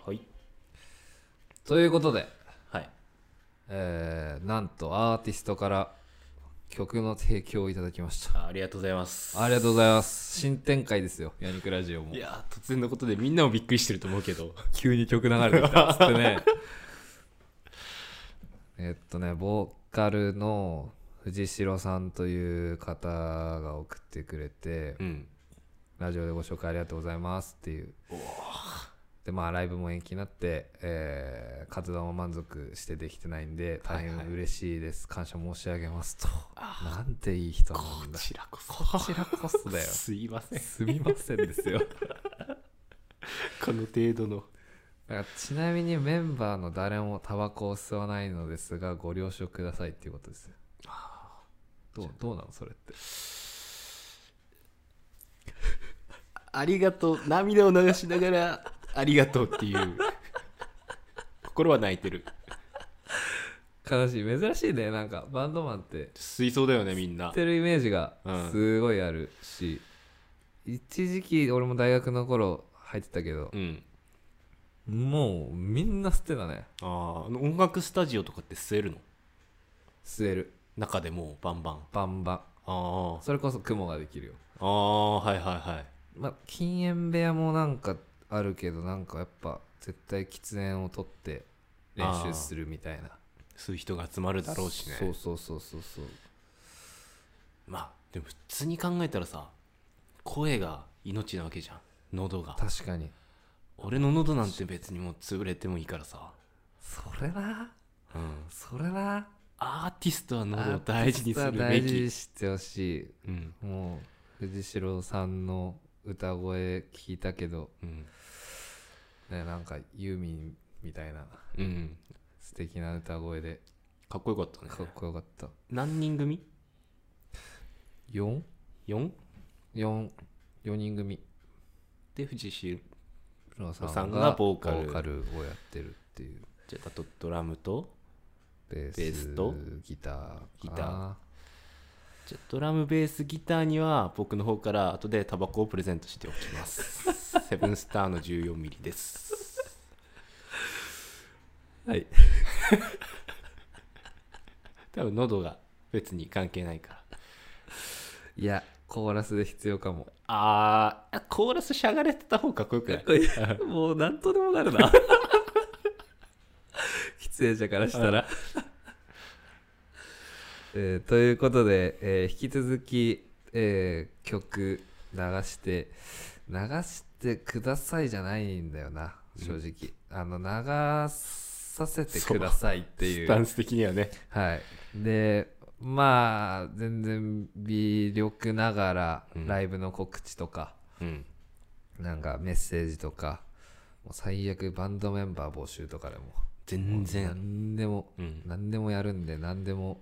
S1: はい。
S2: ということで、
S1: はい。
S2: えーなんとアーティストから曲の提供をいただきました
S1: あありがとうございます。
S2: ありがとうございます新展開ですよヤニクラジオも
S1: いやー、突然のことでみんなもびっくりしてると思うけど。
S2: 急に曲流れてきたっつってね えっとねボーカルの藤代さんという方が送ってくれて、
S1: ん。
S2: ラジオでご紹介ありがとうございますっていうでまあライブも延期になって、えー活動も満足してできてないんで大変嬉しいです、感謝申し上げますとなんていい人なんだ
S1: こちらこそ。こ
S2: こちらこそだよ
S1: すいません。
S2: すみませんですよ
S1: この程度の。
S2: あちなみにメンバーの誰もタバコを吸わないのですがご了承くださいっていうことですどうどうなのそれって
S1: ありがとう。涙を流しながら、ありがとうっていう。心は泣いてる。
S2: 悲しい珍しいねなんかバンドマンって
S1: 水槽だよね、みんな
S2: 知っ。てるイメージが
S1: うん
S2: すごいあるし、一時期俺も大学の頃入ってたけど
S1: う、ん。
S2: もうみんな吸ってたね
S1: あーあの、音楽スタジオとかって吸えるの
S2: 吸える
S1: 中でもうバンバン。
S2: バンバン
S1: あ
S2: それこそ雲ができるよ
S1: あ。ああ、はいはいはい。
S2: まあ禁煙部屋もなんかあるけどなんかやっぱ絶対喫煙を取って練習するみたいな
S1: 吸う人が集まるだろうしね。
S2: そうそうそうそうそう
S1: まあ、でも普通に考えたらさ、声が命なわけじゃん。喉が。
S2: 確かに
S1: 俺の喉なんて別にもう潰れてもいいからさ。
S2: それな
S1: うん。
S2: それな
S1: アーティストは喉を大事にする
S2: あ
S1: べ
S2: 大事に
S1: き。
S2: してほしい
S1: うん。
S2: もう藤代さんの歌声聞いたけど、
S1: うん。
S2: ね、なんかユーミンみたいな
S1: うん。
S2: 素敵な歌声で
S1: かっこよかったね。
S2: かっこよかった
S1: 何人組
S2: 4?4
S1: ?4?
S2: 4人組
S1: で、藤代。
S2: プロさ
S1: さ
S2: ん
S1: ん
S2: が
S1: が
S2: ボ
S1: ボ
S2: ー
S1: ー
S2: カ
S1: カ
S2: ル
S1: ル
S2: をやってるっていう
S1: じゃあ、あとドラムと、
S2: ベース
S1: ベースと
S2: ギターかな
S1: ギターじゃあドラム、ベース、ギターには僕の方から後でタバコをプレゼントしておきます。 セブンスターの14ミリです。
S2: はい
S1: 多分喉が別に関係ないから。
S2: いやコーラスで必要かも
S1: あー、コーラスしゃがれてた方がかっこよくない
S2: もう何とでもなるな 喫煙者からしたら、えーということで、えー引き続き、えー曲流して流してくださいじゃないんだよな正直、あの流させてくださいってい
S1: ス
S2: う
S1: タンス的にはね。
S2: はい。で、まあ、全然微力ながら、
S1: うん
S2: ライブの告知とか、
S1: うん。
S2: なんかメッセージとか、もう最悪バンドメンバー募集とかでも、
S1: 全然。
S2: 何でも、
S1: うん
S2: 何でもやるんで、何でも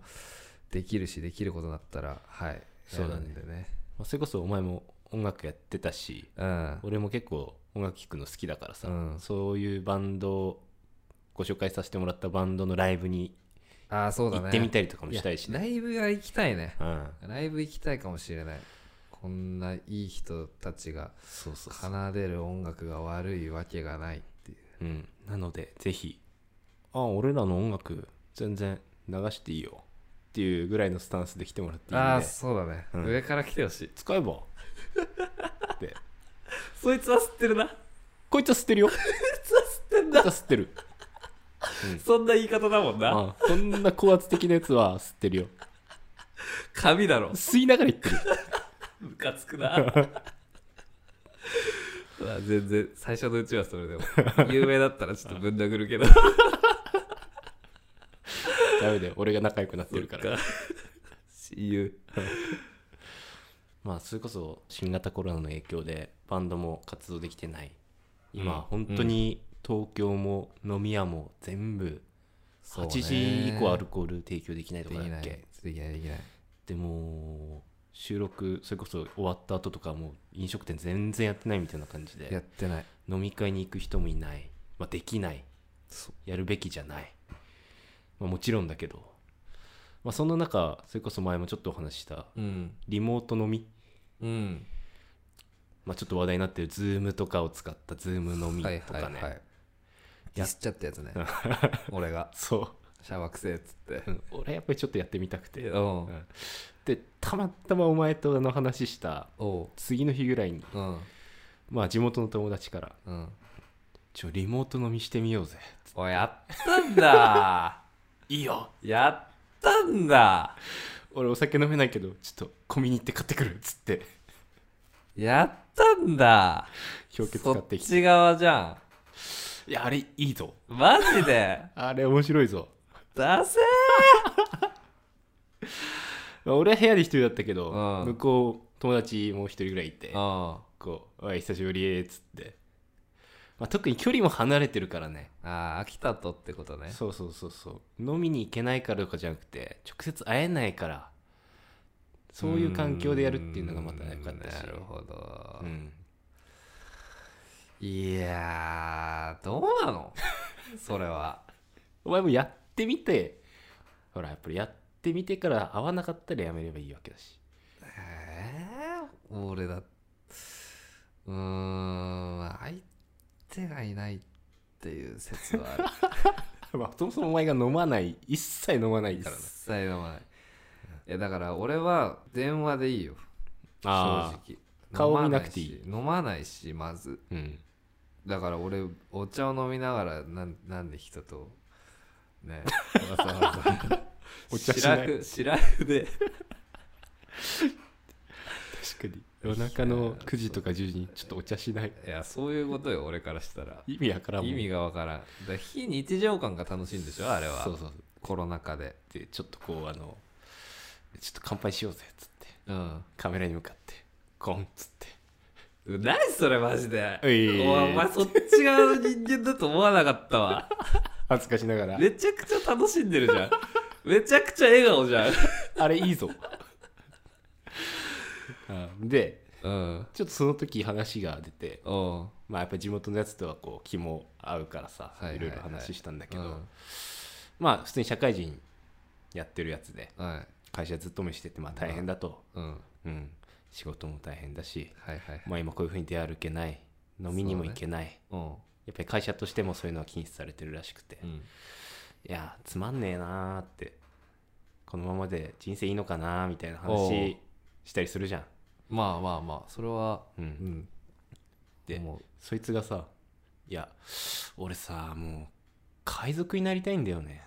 S2: できるし、できることだったら、はい。
S1: そうだね
S2: やるんでね。
S1: まあそれこそお前も音楽やってたし、
S2: うん。
S1: 俺も結構音楽聴くの好きだからさ、
S2: うん
S1: そういうバンドご紹介させてもらったバンドのライブに
S2: ああ、そうだね。
S1: 行ってみたりとかもしたいし
S2: や
S1: ね
S2: ライブが行きたいね。
S1: うん
S2: ライブ行きたいかもしれない。こんないい人たちが
S1: そうそうそう、
S2: 奏でる音楽が悪いわけがないってい
S1: う
S2: う。
S1: ん、なのでぜひあ俺らの音楽全然流していいよっていうぐらいのスタンスで来てもらっていい
S2: あ
S1: ん
S2: あ
S1: で
S2: そうだね、
S1: うん
S2: 上から来てほしい
S1: 使え ばって
S2: そいつは吸ってるな
S1: こいつは吸ってるよこ
S2: 吸ってん
S1: いつは吸ってる
S2: そんな言い方だもん
S1: あこんな高圧的なやつは吸ってるよ
S2: 神だろ
S1: 吸いながら言ってる
S2: ムカつく な全然最初のうちはそ れでも有名だったらちょっとぶん殴るけど
S1: ダメだよ俺が仲良くなってるから
S2: そっか親友
S1: まあそれこそ新型コロナの影響でバンドも活動できてない今、
S2: うん
S1: 本当に東京も飲み屋も全部
S2: そう
S1: 8
S2: ね
S1: 時以降アルコール提供できない
S2: で
S1: と
S2: き
S1: かだ
S2: な
S1: っ
S2: い
S1: け
S2: できないできない
S1: でも収録それこそ終わった後とかもう飲食店全然やってないみたいな感じ
S2: や
S1: で
S2: ってない
S1: 飲み会に行く人もいない、まあ、できない
S2: そ
S1: やるべきじゃない、まあ、もちろんだけど、まあ、そんな中それこそ前もちょっとお話しした
S2: うん
S1: リモート飲み
S2: うん
S1: まあ、ちょっと話題になってる Zoom とかを使った Zoom 飲み
S2: はい
S1: と
S2: はい
S1: かね、
S2: はいやっちゃったやつね 俺が
S1: そう
S2: シャワーくせえっつって
S1: うん俺やっぱりちょっとやってみたくて、
S2: お
S1: う
S2: うん
S1: でたまたまお前とあの話した
S2: おう
S1: 次の日ぐらいに、
S2: うん
S1: まあ、地元の友達から
S2: うん
S1: 「ちょリモート飲みしてみようぜ
S2: おやったんだ」
S1: いいよ
S2: やったんだ
S1: 俺お酒飲めないけどちょっとコンビニ行って買ってくる」っつって
S2: やったんだ
S1: 氷結
S2: そ
S1: 買っ
S2: って
S1: きて
S2: ち側じゃ
S1: いやあれいいぞ
S2: んマジで
S1: あれ面白いぞ
S2: ダセ
S1: まあ俺は部屋で一人だったけど、
S2: うん
S1: 向こう友達もう一人ぐらいいて、
S2: ーうん
S1: こう「おい久しぶりー」っつって、まあ、特に距離も離れてるからね
S2: ああ秋田とってことね
S1: そうそうそうそう飲みに行けないからとかじゃなくて直接会えないからそういう環境でやるっていうのがまた良かったし
S2: うーんなるほど、
S1: うん、
S2: いやーどうなの それは
S1: お前もやってみてほらやっぱりやってみてから会わなかったらやめればいいわけだし
S2: ええ俺だうーん相手がいないっていう説はあ る
S1: まあそもそもお前が飲まない一切飲まない
S2: 一
S1: からね
S2: 切飲まないいやだから俺は電話でいいよ正
S1: あ
S2: 直
S1: 顔見なくていい
S2: 飲まないし飲まないしまず
S1: あうん
S2: だから俺お茶を飲みながらなんなんで人と ねわざわざ
S1: お茶し
S2: シラ
S1: ない
S2: フシラフで
S1: 確かに夜中の9時とか10時にちょっとお茶しない
S2: いやそういうことよ俺からしたら
S1: 意味わからんもん
S2: 意味がわからんだから非日常感が楽しいんでしょあれは
S1: そうそうそう
S2: コロナ禍で
S1: でちょっとこうあのちょっと乾杯しようぜっつって
S2: うん
S1: カメラに向かってコンっつって
S2: 何それマジで
S1: うい
S2: お前お前そっち側の人間だと思わなかった わ
S1: 恥ずかしながら
S2: めちゃくちゃ楽しんでるじゃんめちゃくちゃ笑顔じゃん
S1: あれいいぞ あで
S2: うん
S1: ちょっとその時話が出て
S2: おう
S1: まあやっぱ地元のやつとはこう気も合うからさ、
S2: はいはいいはい
S1: ろいろ話したんだけ
S2: う
S1: ど、
S2: ん
S1: まあ普通に社会人やってるやつで
S2: はい
S1: 会社勤めしててまあ大変だと、
S2: うん
S1: うん、仕事も大変だし、
S2: はいはい
S1: まあ、今こういうふうに出歩けない飲みにも行けない、
S2: うん
S1: やっぱり会社としてもそういうのは禁止されてるらしくて、
S2: う
S1: い
S2: ん
S1: やつまんねえなーってこのままで人生いいのかなーみたいな
S2: お
S1: 話
S2: う
S1: したりするじゃん、
S2: まあまあまあそれは
S1: うん
S2: うん
S1: で
S2: 思う
S1: そいつがさ「いや俺さもう海賊になりたいんだよね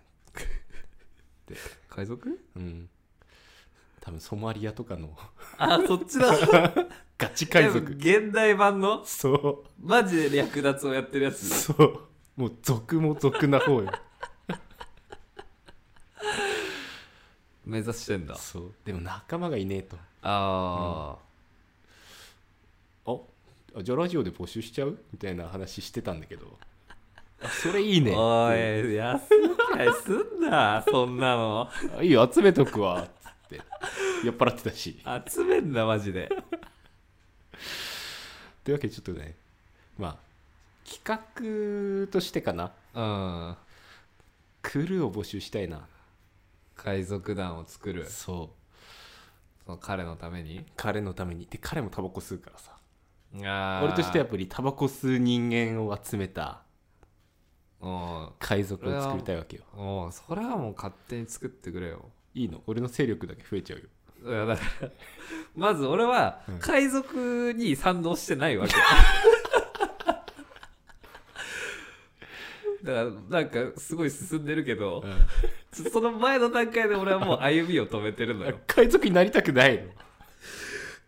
S2: 海賊」
S1: うん多分ソマリアとかの
S2: あそっち だ
S1: ガチ海賊
S2: 現代版の
S1: そ
S2: マジで略奪をやってるや
S1: う
S2: つ
S1: そうもう俗も俗な方よ
S2: 目指してんだ
S1: そうでも仲間がいねえと
S2: あ
S1: ああじゃあラジオで募集しちゃうみたいな話してたんだけどあそれいい
S2: あ、
S1: ね
S2: おい安いいすんなそんなの
S1: あいいよ集めとくわっつって酔っ払ってたし
S2: 集めんなマジで
S1: というわけでちょっとねまあ企画としてかな
S2: うん
S1: クルーを募集したいな
S2: 海賊団を作る
S1: そう
S2: その彼のために
S1: 彼のためにで彼もタバコ吸うからさ
S2: あ
S1: 俺としてはやっぱりタバコ吸う人間を集めた
S2: うん
S1: 海賊を作りたいわけよ
S2: おうそれはもう勝手に作ってくれよ
S1: いいの俺の勢力だけ増えちゃうよ
S2: いやだからまず俺は
S1: うん
S2: 海賊に賛同してないわけだからなんかすごい進んでるけど、ちょその前の段階で俺はもう歩みを止めてるのよ
S1: 海賊になりたくないの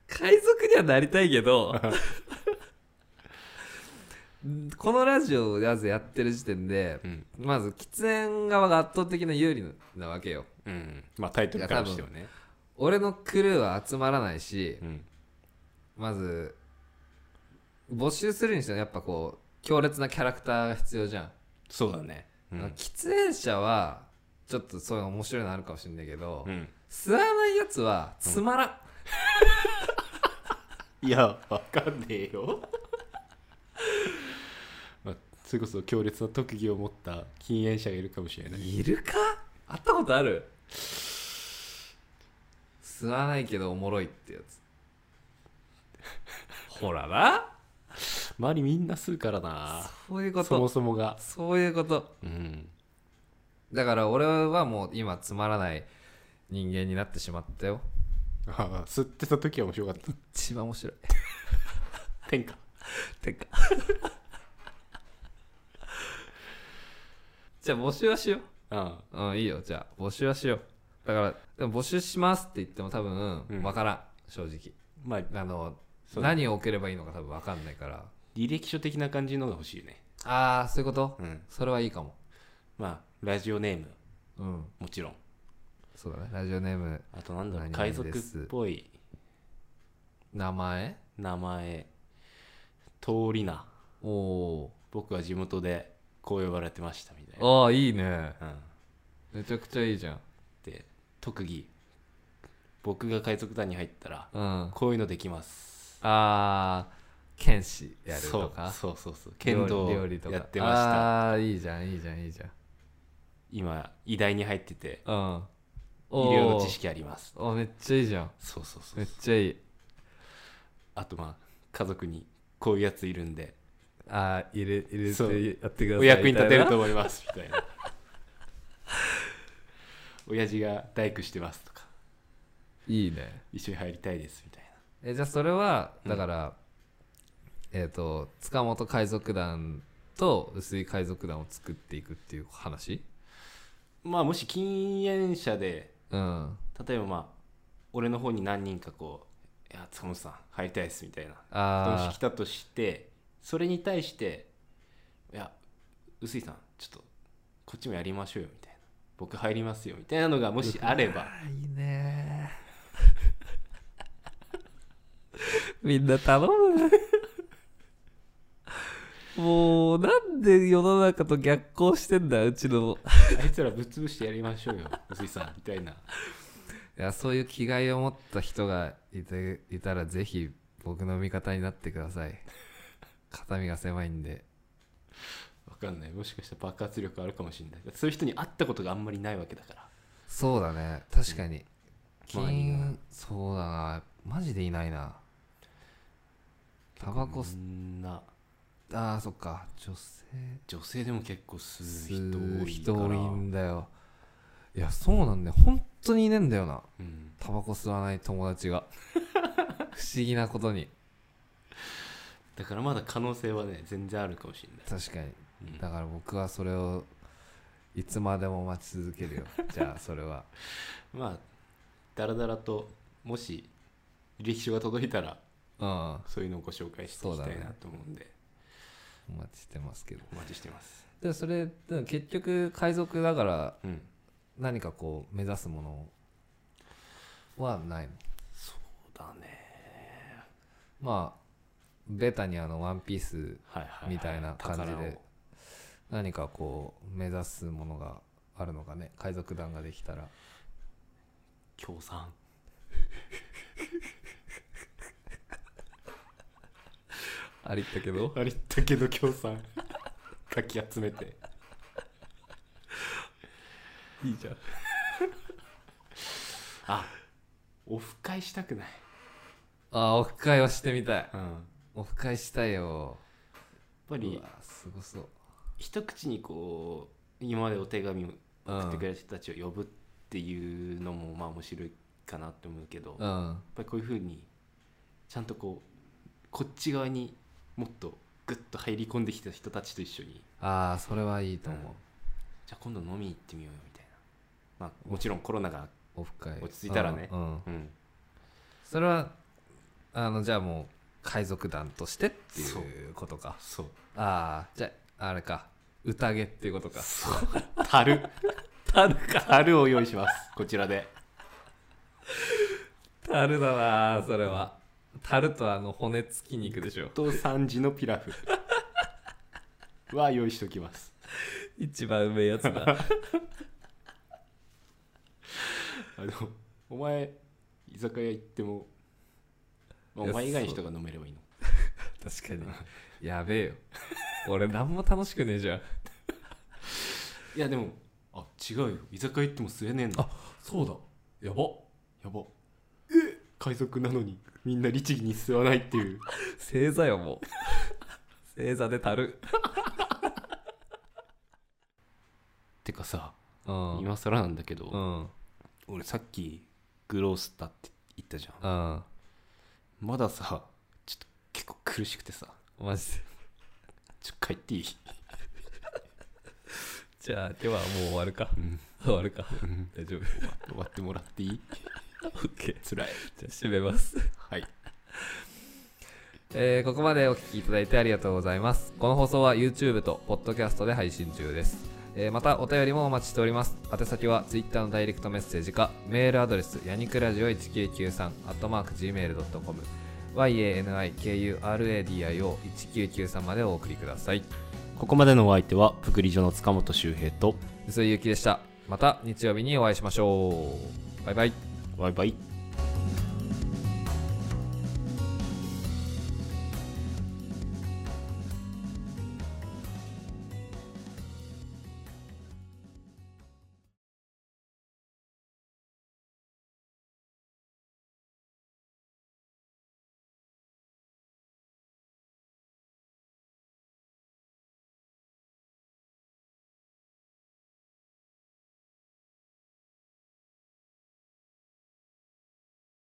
S2: 海賊にはなりたいけどこのラジオをまずやってる時点で、
S1: ん
S2: まず喫煙側が圧倒的な有利なわけよ
S1: うんまあタイトルからしてもね
S2: 俺のクルーは集まらないし
S1: うん
S2: まず募集するにしてもやっぱこう強烈なキャラクターが必要じゃん、
S1: そうだねうん
S2: 喫煙者はちょっとそういうの面白いのあるかもしれないけど、
S1: うん
S2: 吸わないやつはつまらん、
S1: いや、わかんねえよ。 まあ、それこそ強烈な特技を持った禁煙者がいるかもしれない。
S2: いるか会ったことある 吸わないけどおもろいってやつほらな
S1: 周りみんな吸うからな
S2: そういうこと
S1: そもそもが
S2: そういうこと
S1: うん
S2: だから俺はもう今つまらない人間になってしまったよ
S1: ああ 吸ってた時は面白かっ
S2: 一番面白い
S1: た天下
S2: てか じゃあ募集はしよ
S1: あ
S2: ううんいいよじゃあ募集はしようだからでも募集しますって言っても多分
S1: うん
S2: 分からん、正直
S1: まあ
S2: あの
S1: そう
S2: 何を送ればいいのか多分分かんないから
S1: 履歴書的な感じのが欲しいね
S2: ああそういうこと、
S1: うん
S2: それはいいかも
S1: まあラジオネーム
S2: うん
S1: もちろん
S2: そうだねラジオネーム
S1: あとなんだろう
S2: 何
S1: 海
S2: 々
S1: 賊っ
S2: です
S1: ぽい
S2: 名前
S1: 名前通りな
S2: おお
S1: 僕は地元でこう呼ばれてましたみたいな、
S2: ああいいね
S1: うん、
S2: めちゃくちゃいいじゃん
S1: で特技僕が海賊団に入ったら
S2: うんあ
S1: こういうのできます
S2: あ剣士やる
S1: そ
S2: と
S1: う
S2: か
S1: そうそうそう剣道
S2: 料理とか
S1: やってました
S2: ああーいいじゃんいいじゃんいいじゃん
S1: 今医大に入ってて
S2: うん。
S1: 医療の知識あります
S2: おー。あ、めっちゃいいじゃん。
S1: そうそうそ
S2: め
S1: う
S2: っちゃいい。
S1: あとまあ家族にこういうやついるんで
S2: あー、入れ、入れ
S1: そう
S2: てやってください。
S1: お役に立てると
S2: み
S1: 思いますみたいな 親父が大工してますとか
S2: たいな。いいね。
S1: 一緒に入りたいですみたいな
S2: え、じゃあそれは、だから、えっ、と、塚本海賊団と薄い海賊団を作っていくっていう話
S1: まあもし禁煙者で
S2: うん。
S1: 例えばまあ俺の方に何人かこう「いや塚本さん入りたいです」みたいな人が
S2: あ
S1: 来たとしてそれに対して「いや臼井さんちょっとこっちもやりましょうよ」みたいな「僕入りますよ」みたいなのがもしあれ ば
S2: あ。いいね。みんな頼む。もう、なんで世の中と逆行してんだ、うちの。
S1: あいつらぶっ潰してやりましょうよ臼井さんみたいない
S2: やそういう気概を持った人がいていたらぜひ僕の味方になってくださ い肩身が狭いんで
S1: わかんないもしかしたら爆発力あるかもしれないそういう人に会ったことがあんまりないわけだから
S2: そうだね確かに
S1: 周りが
S2: 金そうだなマジでいないなタバコ
S1: そ
S2: 吸
S1: んな
S2: あーそっか女性
S1: 女性でも結構吸
S2: 吸
S1: う
S2: う
S1: 人
S2: 人
S1: 多い
S2: 多
S1: から
S2: いんだよいやそうなんだよ本当にいねえんだよな
S1: うん、
S2: タバコ吸わない友達 が不思議なことに
S1: だからまだ可能性はね全然あるかもしれない
S2: 確かに
S1: うん
S2: だから僕はそれをいつまでも待ち続け るよじゃあそれは
S1: まあだらだらともし履歴書が届いたら
S2: うん
S1: そういうのをご紹介していきたいなと思うんで、
S2: お待ちしてますけど
S1: お待ちしてます
S2: でそれでも結局海賊だから
S1: うん
S2: 何かこう目指すものはないの
S1: そうだね
S2: まあベタにあの「ワンピース
S1: はいはい、
S2: みたいな感じで
S1: 宝を
S2: 何かこう目指すものがあるのかね海賊団ができたら
S1: 協賛
S2: ありったけど
S1: ありったけど協賛かき集め て
S2: いいじゃん
S1: あオフ会したくない
S2: あオフ会をしてみたい
S1: うんやっ
S2: オフ会したいよ
S1: ぱ
S2: う
S1: り
S2: わすごそう
S1: 一口にこう今までお手紙を送ってくれた人たちを呼ぶっていうのもまあ面白いかなって思うけど、
S2: う
S1: やっ
S2: ん
S1: ぱりこういうふうにちゃんとこうこっち側にもっとグッと入り込んできた人たちと一緒に
S2: ああそれはいいと
S1: う
S2: 思
S1: んじゃあ今度飲みに行ってみようよみたいな、まあ、もちろんコロナが、
S2: う、オフ会
S1: 落ち着いたらね
S2: うんうん
S1: うん、
S2: それはあのじゃあもう海賊団としてって
S1: そう
S2: いうことか
S1: そう
S2: ああじゃああれか宴っていうことか
S1: 樽樽か樽を用意しますこちらで
S2: 樽だなあそれは樽とあの骨付き肉でしょ
S1: と三時のピラフは用意しておきます
S2: 一番うめえやつ だ
S1: あのお前居酒屋行ってもまあお
S2: いや
S1: 前以外の人が飲めればいいの
S2: 確かにやべえよ俺何も楽しくねえじゃん
S1: いやでもあ違うよ居酒屋行っても吸えねえんだ
S2: そうだやば
S1: やば海賊なのにみんな律儀に吸わないっていう
S2: 正座よもう正座でたる
S1: てかさ
S2: うん
S1: 今更なんだけど、
S2: うん
S1: 俺さっきグロースだって言ったじゃん
S2: うん
S1: まださちょっと結構苦しくてさ
S2: マジで
S1: ちょっと帰ってい い
S2: じゃあ今日はもう終わるか
S1: ん
S2: 終わるか
S1: ん
S2: 大丈 夫
S1: 終わってもらっていい
S2: OK
S1: つらい
S2: じゃあ締めます
S1: はい
S2: えーここまでお聞きいただいてありがとうございます。この放送は YouTube と Podcast で配信中です。えーまたお便りもお待ちしております。宛先は Twitter のダイレクトメッセージか、メールアドレス、やにくらじお1993、gmail.com、yanikuradio1993 までお送りください。
S1: ここまでのお相手はプクリジョの塚本周平と
S2: 薄井ゆきでした。また日曜日にお会いしましょう。バイバイ。
S1: バイバイ